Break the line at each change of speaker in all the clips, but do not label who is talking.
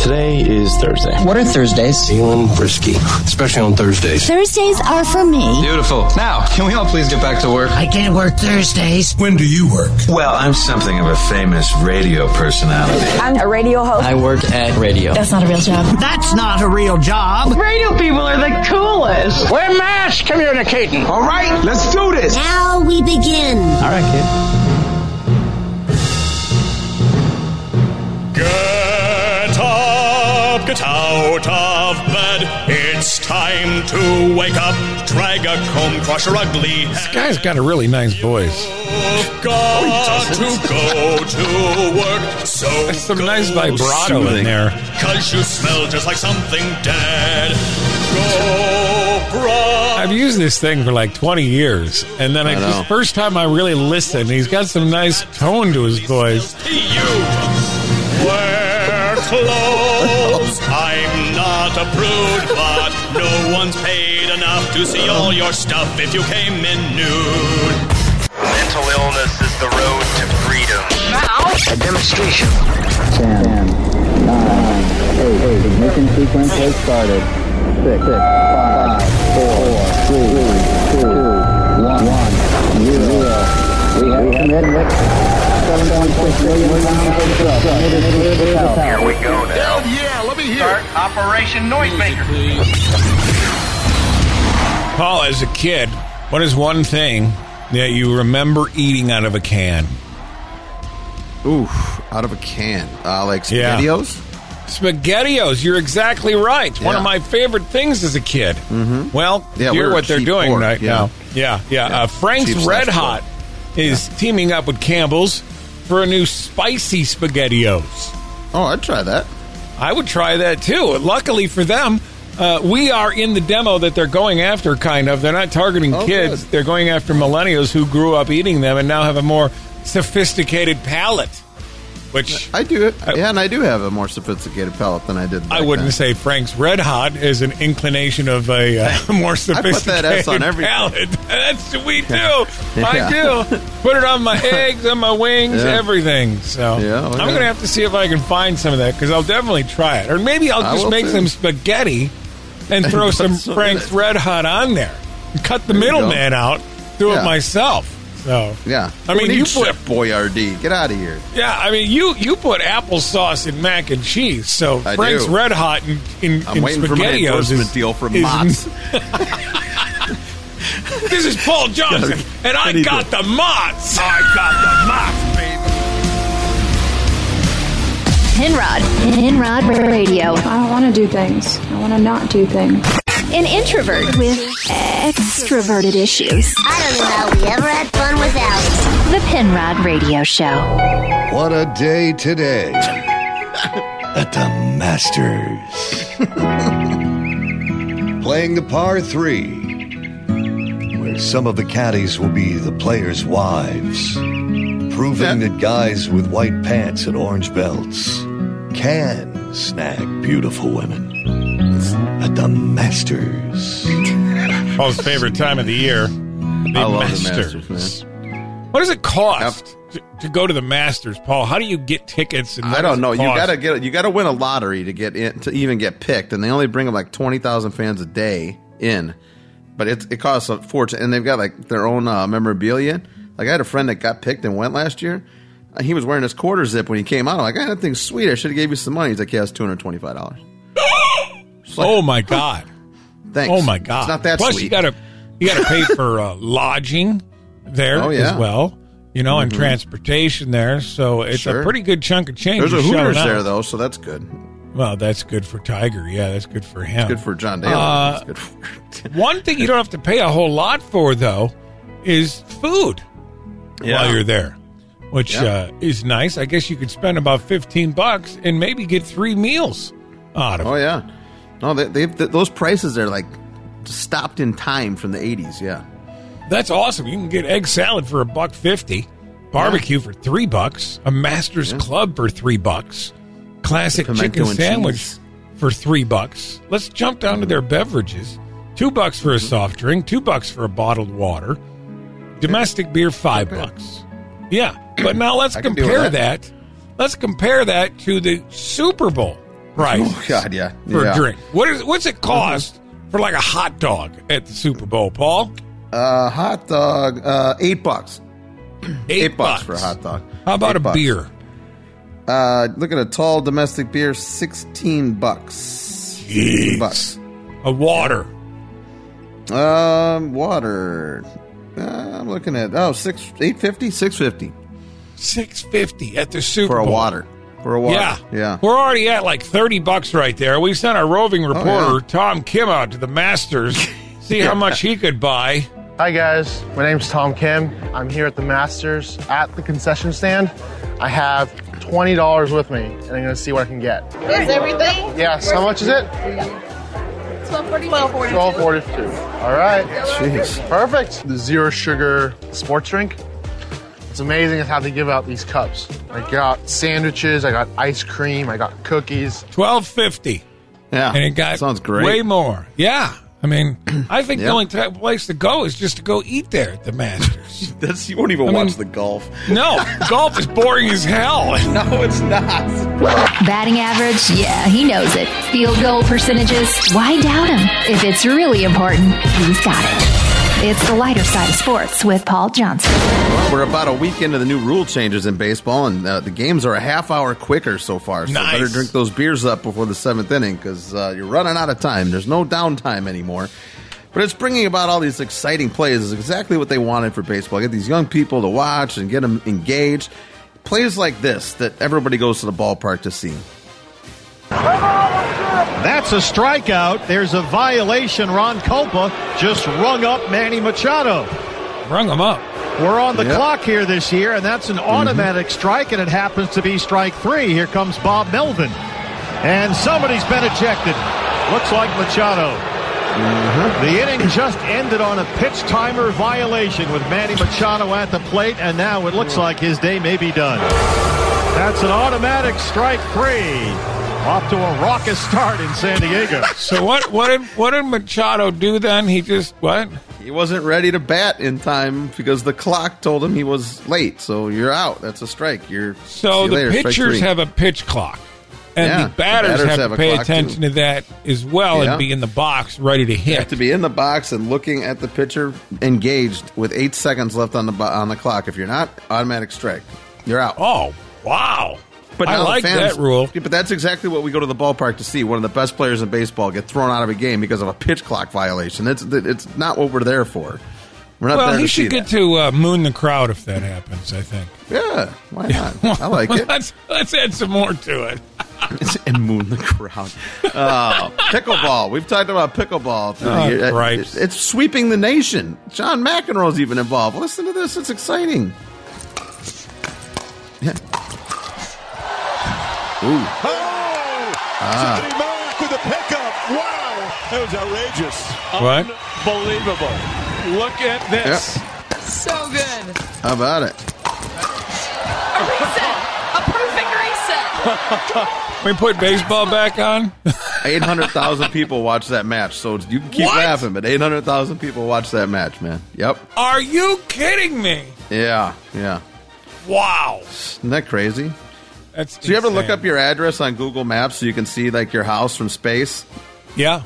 Today is Thursday.
What are Thursdays?
Feeling frisky, especially on Thursdays.
Thursdays are for me.
Beautiful. Now, can we all please get back to work?
I can't work Thursdays.
When do you work?
Well, I'm something of a famous radio personality.
I'm a radio host.
I work at radio.
That's not a real job.
That's not a real job.
Radio people are the coolest.
We're mass communicating.
All right, let's do this.
Now we begin.
All right, kid.
Get up, get out of bed. It's time to wake up. Drag a comb, crush her ugly.
This guy's got a really nice voice. Oh,
Got to go to work. So
That's some nice vibrato soothing. in there.
Cause you smell just like something dead. Go, bro.
I've used this thing for like 20 years, and then I, I just, first time I really listened, he's got some nice tone to his voice.
Wear clothes. I'm not a prude, but no one's paid enough to see all your stuff if you came in nude.
Mental illness is the road to freedom.
Now, a demonstration.
Ten, nine, eight, eight. Ignition sequence has started. Six, six, five, four, three, two, one, one, zero. We have commitment. 7.6 million pounds of drugs committed to the South.
Here we go now.
Hell yeah, let me hear.
Start Operation Noisemaker.
Paul, as a kid, what is one thing that you remember eating out of a can?
Ooh, out of a can. Uh, like SpaghettiOs?
Yeah. SpaghettiOs, you're exactly right. Yeah. One of my favorite things as a kid.
Mm-hmm.
Well, yeah, hear what they're doing pork. right yeah. now. Yeah, yeah. yeah. Uh, Frank's cheap Red Hot pork. is teaming up with Campbell's for a new spicy SpaghettiOs.
Oh, I'd try that.
I would try that too. Luckily for them, uh, we are in the demo that they're going after, kind of. They're not targeting oh, kids, good. they're going after millennials who grew up eating them and now have a more sophisticated palate. Which
I do it, I, yeah, and I do have a more sophisticated palate than I did.
I wouldn't
then.
say Frank's Red Hot is an inclination of a uh, more sophisticated I put that S on everything. palate. That's we do. Yeah. I do put it on my eggs, on my wings, yeah. everything. So yeah, well, I'm going to have to see if I can find some of that because I'll definitely try it, or maybe I'll just make too. some spaghetti and throw some Frank's Red Hot on there. Cut the middleman out. Do it myself. So
yeah,
I mean, you put
Boyardee. Get out of here.
Yeah, I mean, you you put applesauce in mac and cheese. So I Frank's do. Red Hot in, in,
I'm
in
waiting for my endorsement is, deal from Mott's.
this is Paul Johnson, and I got the Mott's.
I got the Mott's, baby.
Henrod, Henrod Radio.
I don't want to do things. I want to not do things
an introvert with extroverted issues.
I don't know how we ever had fun without it.
The Penrod Radio Show.
What a day today at the Masters. Playing the par three, where some of the caddies will be the players' wives, proving that guys with white pants and orange belts can snag beautiful women at the Masters.
Paul's favorite time of the year. The
I
Masters.
The Masters
what does it cost to, to, go to the Masters, Paul? How do you get tickets?
I don't know. You gotta get you gotta win a lottery to get in, to even get picked, and they only bring like twenty thousand fans a day in. But it, it costs a fortune, and they've got like their own uh, memorabilia. Like I had a friend that got picked and went last year. Uh, He was wearing his quarter zip when he came out. I'm like, I that thing's sweet. I should have gave you some money. He's like, yeah, it's two hundred twenty five dollars.
Like, oh my god!
Thanks.
Oh my god!
It's not that
Plus,
sweet.
you gotta you gotta pay for uh, lodging there oh, yeah. as well. You know, mm-hmm. and transportation there. So it's sure. a pretty good chunk of change.
There's a Hooters there out. though, so that's good.
Well, that's good for Tiger. Yeah, that's good for him.
It's good for John Daly. Uh,
for- one thing you don't have to pay a whole lot for though is food yeah. while you're there. Which yeah. uh, is nice. I guess you could spend about fifteen bucks and maybe get three meals out of.
Oh yeah, no, they, those prices are like stopped in time from the '80s. Yeah,
that's awesome. You can get egg salad for a buck fifty, barbecue yeah. for three bucks, a Masters yeah. Club for three bucks, classic chicken sandwich cheese. for three bucks. Let's jump down to their beverages: two bucks for a
Mm-hmm.
soft drink, two bucks for a bottled water, domestic yeah. beer five bucks. Yeah, but now let's compare that. that. Let's compare that to the Super Bowl price.
Oh God, yeah,
for
yeah. Mm-hmm.
a drink. What is what's it cost for like a hot dog at the Super Bowl, Paul?
Uh, hot dog, uh, eight bucks.
Eight,
bucks. for a hot dog.
How about
Eight
a
bucks.
beer?
Uh, look at a tall domestic beer, sixteen bucks.
Jeez.
Bucks.
A water.
Um, water. Uh, I'm looking at oh six eight fifty six fifty
Six fifty at the Super
for a
Bowl.
water for a water.
Yeah.
yeah. Oh,
We're already at like 30 bucks right there. We sent our roving reporter, Tom Kim, out to the Masters, see how much he could buy.
Hi guys, my name's Tom Kim. I'm here at the Masters at the concession stand. I have $20 with me and I'm gonna see what I can get.
Is everything?
Yes, how much is it?
Twelve forty. Twelve forty.
1242. All right. Jeez. Perfect. The zero sugar sports drink. It's amazing how they give out these cups. I got sandwiches, I got ice cream, I got cookies.
1250
Yeah.
And it got
sounds great.
way more. Yeah. I mean, I think
Yeah.
the only t- place to go is just to go eat there at the Masters.
That's, you won't even
I mean-
watch the golf.
no, golf is boring as hell.
No, it's not.
Batting average? Yeah, he knows it. Field goal percentages? Why doubt him? If it's really important, he's got it. It's the lighter side of sports with Paul Johnson.
Well, we're about a week into the new rule changes in baseball, and uh, the games are a half hour quicker so far. So
Nice.
better drink those beers up before the seventh inning because uh, you're running out of time. There's no downtime anymore. But it's bringing about all these exciting plays. Is exactly what they wanted for baseball. Get these young people to watch and get them engaged. Plays like this that everybody goes to the ballpark to see.
That's a strikeout. There's a violation. Ron Culpa just rung up Manny Machado.
Rung him up.
We're on the
Yep.
clock here this year, and that's an automatic strike, and it happens to be strike three. Here comes Bob Melvin. And somebody's been ejected. Looks like Machado. The inning just ended on a pitch timer violation with Manny Machado at the plate, and now it looks like his day may be done. That's an automatic strike three. Off to a raucous start in San Diego.
So what? What did what did Machado do then? He just what?
He wasn't ready to bat in time because the clock told him he was late. So you're out. That's a strike. You're see
So
you
the
later, strike
pitchers
three.
have a pitch clock, and
Yeah,
the batters,
the batters
have,
have
to
a
pay
clock,
attention to that as well
Yeah.
and be in the box ready to
You
hit.
have to be in the box and looking at the pitcher engaged with eight seconds left on the bo- on the clock. If you're not, automatic strike. You're out.
Oh wow! But I
now the
like
fans-
that rule.
Yeah, but that's exactly what we go to the ballpark to see. One of the best players in baseball get thrown out of a game because of a pitch clock violation. That's that- it's not what we're there for. We're not
Well,
there
he
to see
should get to uh, moon the crowd if that happens. I think.
that. Yeah, why not? I like it.
let's let's add some more to it.
and moon the crowd. Uh, pickleball. We've talked about pickleball. through the
Oh,
year.
gripes.
It's sweeping the nation. John McEnroe's even involved. Listen to this. It's exciting. Yeah. Ooh.
Johnny Merrick with a pickup. Wow. That was outrageous.
What?
Unbelievable. Look at this.
So good.
How about it?
A reset. A perfect reset.
We put baseball back on.
800,000 people watch that match. So you can keep
What?
laughing, but 800,000 people watch that match, man. Yep.
Are you kidding me?
Yeah. Yeah.
Wow!
Isn't that crazy?
That's
So you ever look
insane.
up your address on Google Maps so you can see like your house from space?
Yeah.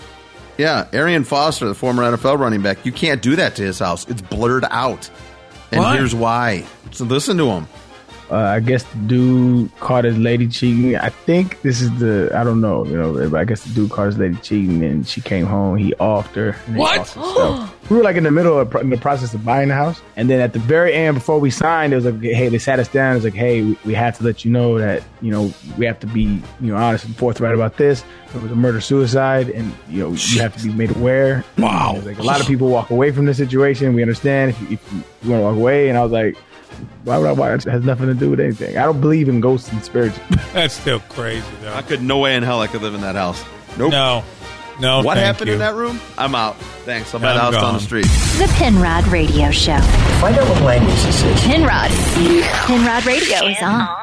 Yeah, Arian Foster, the former NFL running back, you can't do that to his house. It's blurred out. And
Why?
here's why. So listen to him.
uh, I guess the dude caught his lady cheating. I think this is the I don't know, you know, but I guess the dude caught his lady cheating and she came home. He offed her. and he
What?
offed himself. we were like in the middle of in the process of buying the house, and then at the very end, before we signed, it was like, hey, they sat us down. It was like, hey, we, we had to let you know that you know we have to be you know honest and forthright about this. It was a murder suicide, and you know you have to be made aware.
Wow.
It was like a lot of people walk away from the situation. We understand if you, if you want to walk away, and I was like. Why would I watch? It has nothing to do with anything. I don't believe in ghosts and spirits.
That's still crazy though.
I could no way in hell I could live in that house. Nope.
No, no.
what
thank
happened
you.
in that room? I'm out. Thanks. I'm,
I'm
out
gone.
on the street.
The Penrod Radio Show.
Find out what language this is.
Penrod. Penrod Radio is on.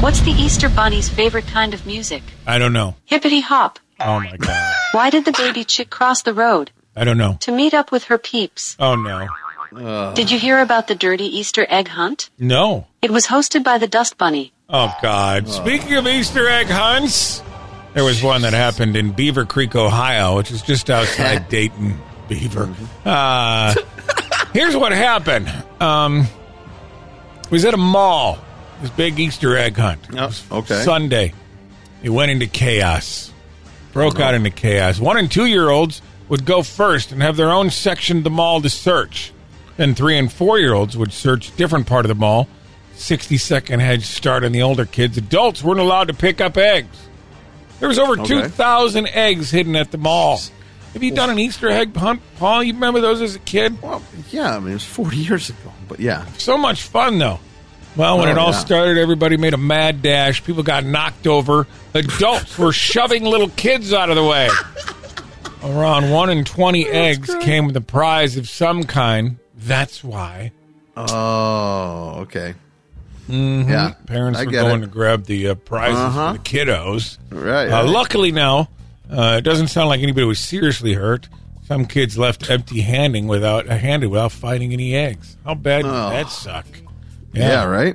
What's the Easter Bunny's favorite kind of music?
I don't know.
Hippity hop.
Oh my god!
Why did the baby chick cross the road?
I don't know.
To meet up with her peeps.
Oh no!
Did you hear about the dirty Easter egg hunt?
No!
It was hosted by the Dust Bunny.
Oh god! Speaking of Easter egg hunts, There was one that happened in Beaver Creek, Ohio, which is just outside Dayton, Beaver. Uh, here's what happened. Um, it was at a mall. This big Easter egg hunt. It was
okay.
Sunday, it went into chaos. Broke out into chaos. One and two year olds would go first and have their own section of the mall to search. Then three and four year olds would search different part of the mall. 60 second head start on the older kids. Adults weren't allowed to pick up eggs. There was over
Okay.
2,000 eggs hidden at the mall. Have you done an Easter egg hunt, Paul? You remember those as a kid? Well,
yeah, I mean, it was 40 years ago, but yeah.
So much fun, though. Well, when
Oh,
it all
yeah.
started, everybody made a mad dash. People got knocked over. Adults were shoving little kids out of the way. Around 1 in 20 eggs came with a prize of some kind. That's why.
Oh, okay.
Mhm.
Yeah,
Parents
I
were
get
going to
it.
grab the uh, prizes
Uh-huh.
for the kiddos.
Right,
Uh,
right.
Luckily now, uh, it doesn't sound like anybody was seriously hurt. Some kids left empty-handed without uh, handed without finding any eggs. How bad
Oh.
did that suck?
Yeah, right?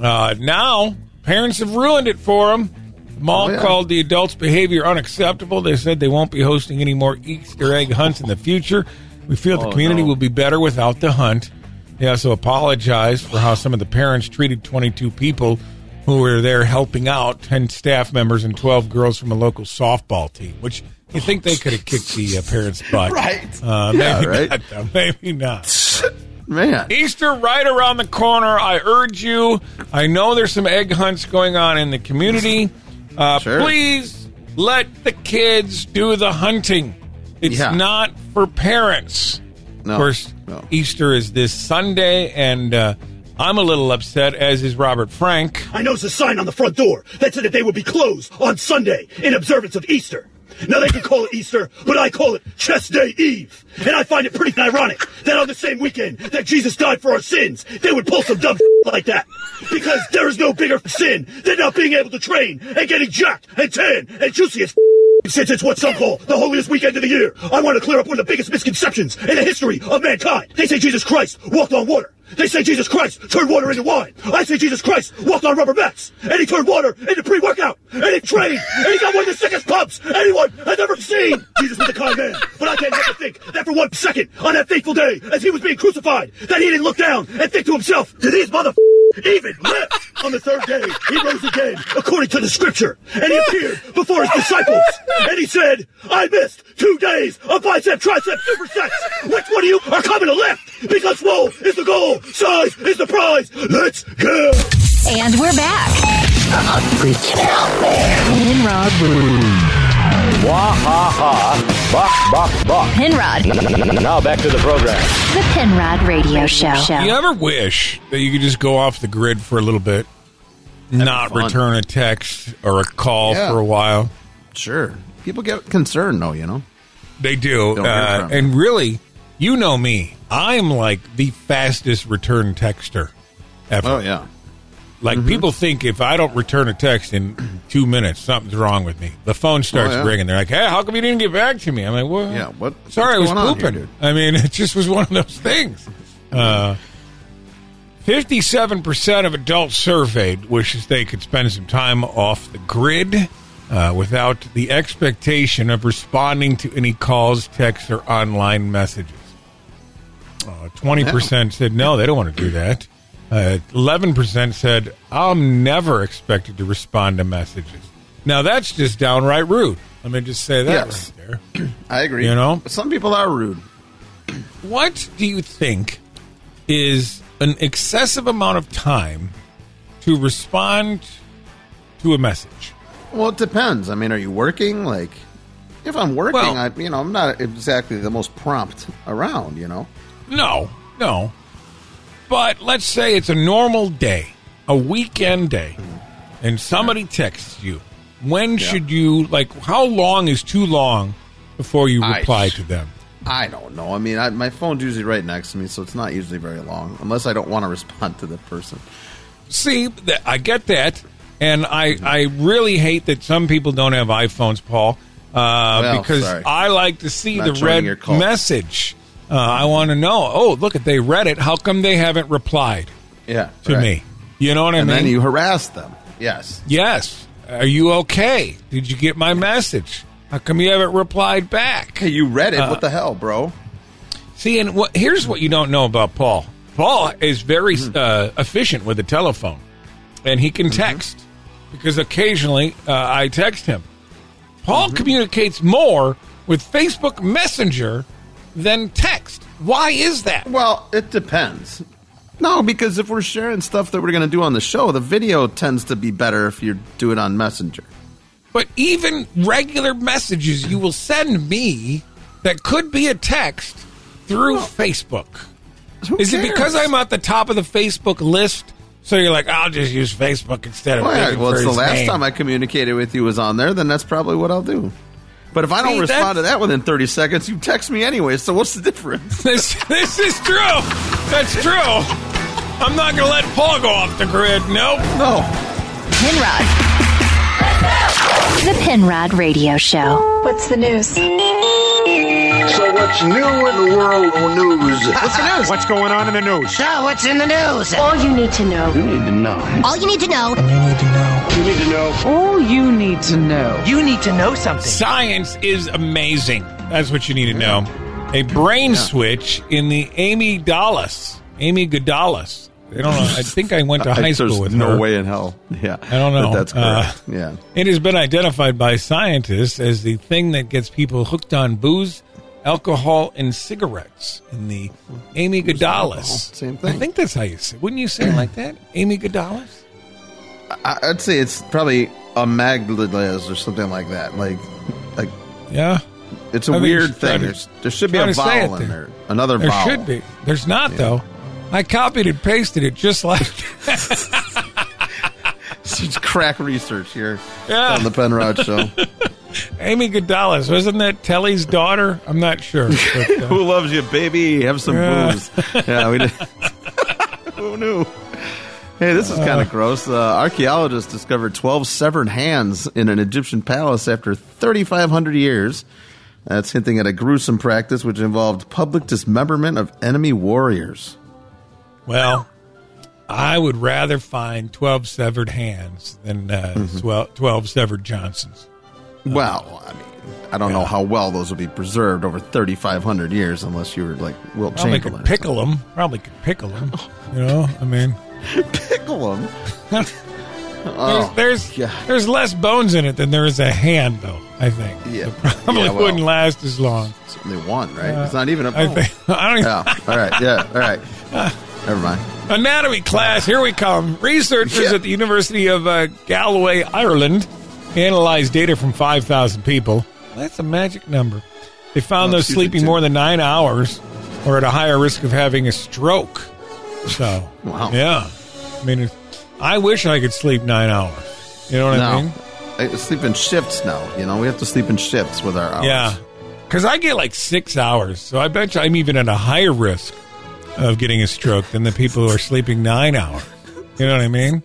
Uh, now, parents have ruined it for them. Mall
Oh, yeah.
called the adults' behavior unacceptable. They said they won't be hosting any more Easter egg hunts in the future. We feel the
Oh,
community
no.
will be better without the hunt. They also apologized for how some of the parents treated 22 people who were there helping out 10 staff members and 12 girls from a local softball team, which you think they could have kicked the uh, parents' butt.
Right.
Uh,
Yeah,
maybe
right.
not, though. Maybe not.
Man.
Easter right around the corner. I urge you. I know there's some egg hunts going on in the community. Uh,
Sure.
Please let the kids do the hunting. It's
Yeah.
not for parents.
No,
of course,
no.
Easter is this Sunday, and uh, I'm a little upset, as is Robert Frank.
I noticed a sign on the front door that said that they would be closed on Sunday in observance of Easter. Now they can call it Easter, but I call it Chest Day Eve. And I find it pretty ironic that on the same weekend that Jesus died for our sins, they would pull some dumb like that. Because there is no bigger sin than not being able to train and getting jacked and tan and juicy as since it's what some call the holiest weekend of the year, I want to clear up one of the biggest misconceptions in the history of mankind. They say Jesus Christ walked on water. They say Jesus Christ turned water into wine. I say Jesus Christ walked on rubber mats. And he turned water into pre-workout. And he trained. And he got one of the sickest pumps anyone has ever seen. Jesus was a kind man. But I can't help but think that for one second on that fateful day as he was being crucified, that he didn't look down and think to himself, do these mother even live? On the third day, he rose again according to the scripture. And he appeared before his disciples. And he said, I missed two days of bicep, tricep, supersets. Which one of you are coming to lift? Because woe is the goal, size is the prize. Let's go!
And we're back. I'm freaking out, man. Penrod.
ha. Bop, bop, bop.
Penrod.
Now back to the program.
The Penrod Radio Show.
You ever wish that you could just go off the grid for a little bit, not
fun.
return a text or a call
Yeah.
for a while?
Sure. People get concerned, though, you know?
They do.
Don't hear
Uh,
from 'em.
and really, you know me. I'm like the fastest return texter ever.
Oh, yeah.
Like people think if I don't return a text in two minutes, something's wrong with me. The phone starts
Oh, yeah.
ringing. They're like, "Hey, how come you didn't get back to me?" I'm like, "Well,
Yeah, what-
Sorry,
what's
I was
going on here,
pooping.
dude?"
I mean, it just was one of those things." Uh, Fifty-seven percent of adults surveyed wishes they could spend some time off the grid uh, without the expectation of responding to any calls, texts, or online messages. Uh, Twenty percent said no, they don't want to do that. Uh, Eleven percent said I'm never expected to respond to messages. Now that's just downright rude. Let me just say that
Yes.
right there.
I agree.
You know?
Some people are rude.
What do you think is an excessive amount of time to respond to a message?
Well, it depends. I mean, are you working? Like, if I'm working,
Well-
I you know I'm not exactly the most prompt around. You know,
No, no. But let's say it's a normal day, a weekend day, and somebody texts you. When should you like? How long is too long before you
I-
reply to them?
I don't know. I mean, I, my phone's usually right next to me, so it's not usually very long, unless I don't want to respond to the person.
See, th- I get that, and I I really hate that some people don't have iPhones, Paul, uh, because
sorry.
I like to see
Not
the
showing
red
your call.
message. Uh, I want to know. Oh, look at they read it. How come they haven't replied
Yeah,
to
right.
me? You know what I
and
mean?
then you harass them. Yes,
Yes. Are you okay? Did you get my message? How come you haven't replied back?
Hey, you read it. what the hell, bro?
See, and what, here's what you don't know about Paul. Paul is very uh, efficient with the telephone, and he can text because occasionally uh, I text him. Paul communicates more with Facebook Messenger than text. Why is that?
Well, it depends. No, because if we're sharing stuff that we're going to do on the show, the video tends to be better if you do it on Messenger.
But even regular messages you will send me that could be a text through Facebook. Is it because I'm at the top of the Facebook list? So you're like, I'll just use Facebook instead of.
Well, yeah,
looking
well,
for
it's the
his
last
name."
time I communicated with you was on there, then that's probably what I'll do. But if I don't
See,
respond
that's-
to that within 30 seconds, you text me anyway, so what's the difference?
This this is true. That's true. I'm not gonna let Paul go off the grid. Nope.
No.
Penrod. The Penrod Radio Show.
What's the news?
So what's new in the world of news?
What's the news?
What's going on in the news?
So, what's in the news? All you need to know.
You need to know.
All you need to know.
You need to know.
All you need to know. You need to know something.
Science is amazing. That's what you need to know. A brain switch in the Amy Dallas. Amy Godalis. I don't know. I think I went to high
There's
school with
no
her.
way in hell. Yeah.
I don't know.
That that's correct.
Uh,
yeah.
It has been identified by scientists as the thing that gets people hooked on booze, alcohol, and cigarettes. In the Amy Godalis. Same thing. I think that's how you say. Wouldn't you say it like that? Amy Godalis.
I, I'd say it's probably a Magdalez or something like that. Like, like.
Yeah.
It's a
I think you
weird
should try
thing.
to-
There's, there should be
try
a
to say
vowel
it
in
there.
there. Another
There
vowel.
should be. There's not though. I copied and pasted it just like.
It's crack research here
Yeah.
on the Penrod Show.
Amy Godalis wasn't that Telly's daughter? I'm not sure. But, uh,
Who loves you, baby? Have some
Yeah.
booze. Yeah, we did. Who knew? Hey, this is kind
Uh.
of gross. Uh, archaeologists discovered 12 severed hands in an Egyptian palace after 3,500 years. That's hinting at a gruesome practice which involved public dismemberment of enemy warriors.
well, I would rather find twelve severed hands than uh, twel- 12, severed Johnsons.
Well, I mean, I don't know how well those would be preserved over 3,500 years unless you were like Will
Probably
Chamberlain.
could pickle them. Probably could pickle them. You know, I mean,
Pickle Oh, them.
there's there's, there's less bones in it than there is a hand, though. I think.
Yeah.
It probably
Yeah, well.
wouldn't last as long.
Certainly one, right?
Uh,
it's not even a
I think- I don't even-
Yeah. All right. Yeah. All right. Never mind.
Anatomy class, here we come. Researchers at the University of uh, Galloway, Ireland, analyzed data from 5,000 people. That's a magic number. They found those sleeping more than nine hours or at a higher risk of having a stroke. So,
Wow.
yeah. I mean, it- I wish I could sleep nine hours. You know what I mean?
no. I sleep in shifts now. You know, we have to sleep in shifts with our hours.
Yeah. Because I get like six hours. So I bet you I'm even at a higher risk of getting a stroke than the people who are sleeping nine hours. You know what I mean?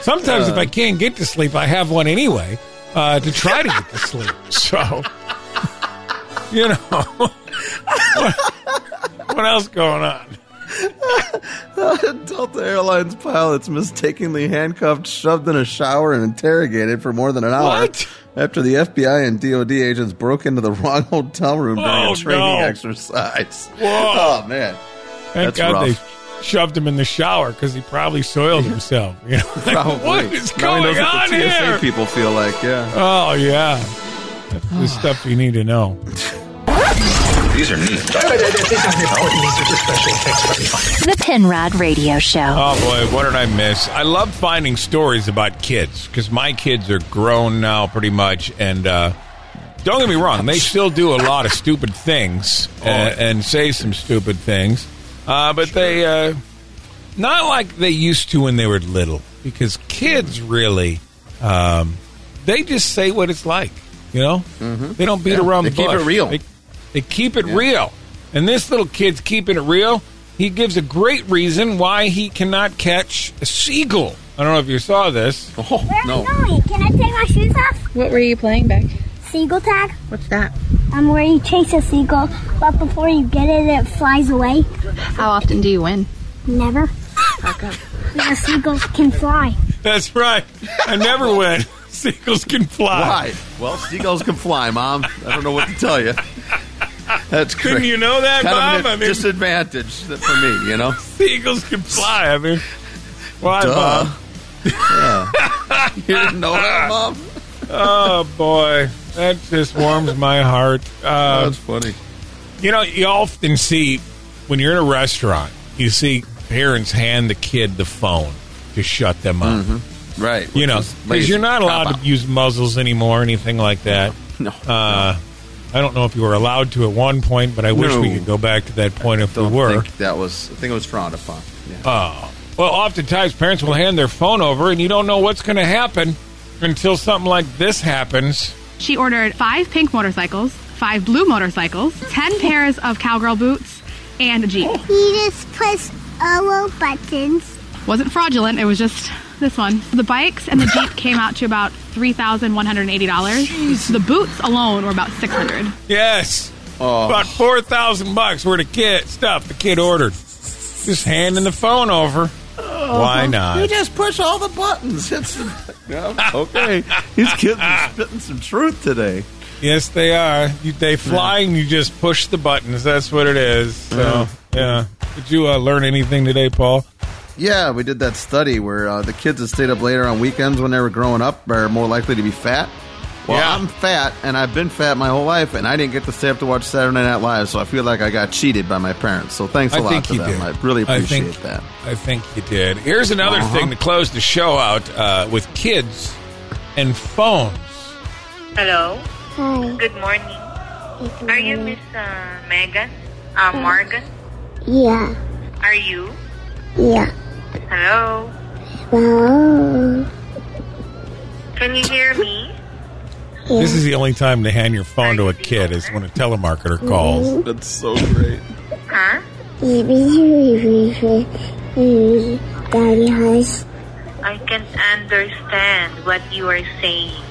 Sometimes
Uh.
if I can't get to sleep, I have one anyway uh, to try to get to sleep. So, you know, what, what else going on?
Delta Airlines pilots mistakenly handcuffed, shoved in a shower, and interrogated for more than an hour
What?
after the FBI and DoD agents broke into the wrong hotel room during
Oh,
a training
no.
exercise.
Whoa.
Oh man,
Thank
that's
God
rough.
they shoved him in the shower because he probably soiled himself. You know, Like,
Probably.
what is
Now
going
he knows
on
what the TSA
here?
people feel like. Yeah. Ah.
Oh yeah, that's the stuff you need to know.
These are neat.
The Penrod Radio Show.
Oh boy, what did I miss? I love finding stories about kids because my kids are grown now, pretty much. And uh, don't get me wrong, they still do a lot of stupid things
Oh,
uh, and say some stupid things, uh, but they uh, not like they used to when they were little because kids really um, they just say what it's like, you know. They don't beat
Mm-hmm. Yeah,
around
they
the
keep
bush.
it real.
They, they keep it real. And this little kid's keeping it real. He gives a great reason why he cannot catch a seagull. I don't know if you saw this. Oh,
Can I take my shoes off? What were you playing back? Seagull tag. What's that? Um, where you chase a seagull, but before you get it, it flies away. How often do you win? Never. How come? Because seagulls can fly.
That's right. I never win. Seagulls can fly.
Why? Well, seagulls can fly, Mom. I don't know what to tell you. That's great.
Didn't you know that,
kind
Mom?
Of an
I mean-
disadvantage that- for me, you know.
Seagulls can fly. I mean, why,
Duh.
Mom?
you didn't know that, Mom?
oh boy, that just warms my heart. Uh, That's
funny.
You know, you often see when you're in a restaurant, you see parents hand the kid the phone to shut them up.
Mm-hmm. Right.
You know, because you're not allowed to use muzzles anymore, anything like that.
No.
Uh, I don't know if you were allowed to at one point, but I wish we
No.
could go back to that point if we were.
think that was. I think it was frowned upon. Yeah.
Oh. Well, oftentimes parents will hand their phone over and you don't know what's going to happen until something like this happens.
She ordered five pink motorcycles, five blue motorcycles, 10 pairs of cowgirl boots, and a Jeep.
He just pushed all buttons.
Wasn't fraudulent, it was just this one. The bikes and the Jeep came out to about $3,180. The boots alone were about 600
Yes.
Oh.
About 4000 bucks worth of kid stuff the kid ordered. Just handing the phone over. Why not?
just push all the buttons. It's yeah, okay. These kids are spitting some truth today.
Yes, they are. You, they fly and you just push the buttons. That's what it is. So, yeah. Did you uh, learn anything today, Paul?
Yeah, we did that study where uh, the kids that stayed up later on weekends when they were growing up are more likely to be fat. Well,
Yeah.
I'm fat, and I've been fat my whole life, and I didn't get to stay up to watch Saturday Night Live, so I feel like I got cheated by my parents. So thanks a
I
lot
think
to
you
them.
did.
I really
I
appreciate
think-
that.
I think you did. Here's another
Uh-huh.
thing to close the show out uh, with kids and phones.
Hello. Good morning. Are you Miss uh, Megan? Uh, Morgan?
Yeah,
Are you?
yeah.
Hello.
Well,
Can you hear me?
This is the only time to hand your phone to a kid is when a telemarketer calls. That's so great.
Huh?
Daddy has
I can't understand what you are saying.